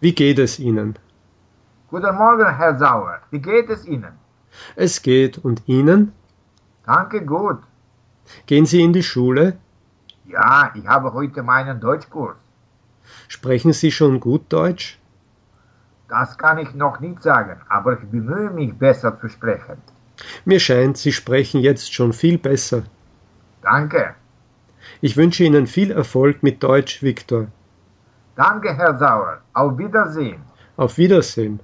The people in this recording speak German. Wie geht es Ihnen? Guten Morgen, Herr Sauer. Wie geht es Ihnen? Es geht. Und Ihnen? Danke, gut. Gehen Sie in die Schule? Ja, ich habe heute meinen Deutschkurs. Sprechen Sie schon gut Deutsch? Das kann ich noch nicht sagen, aber ich bemühe mich besser zu sprechen. Mir scheint, Sie sprechen jetzt schon viel besser. Danke. Ich wünsche Ihnen viel Erfolg mit Deutsch, Viktor. Danke, Herr Sauer. Auf Wiedersehen. Auf Wiedersehen.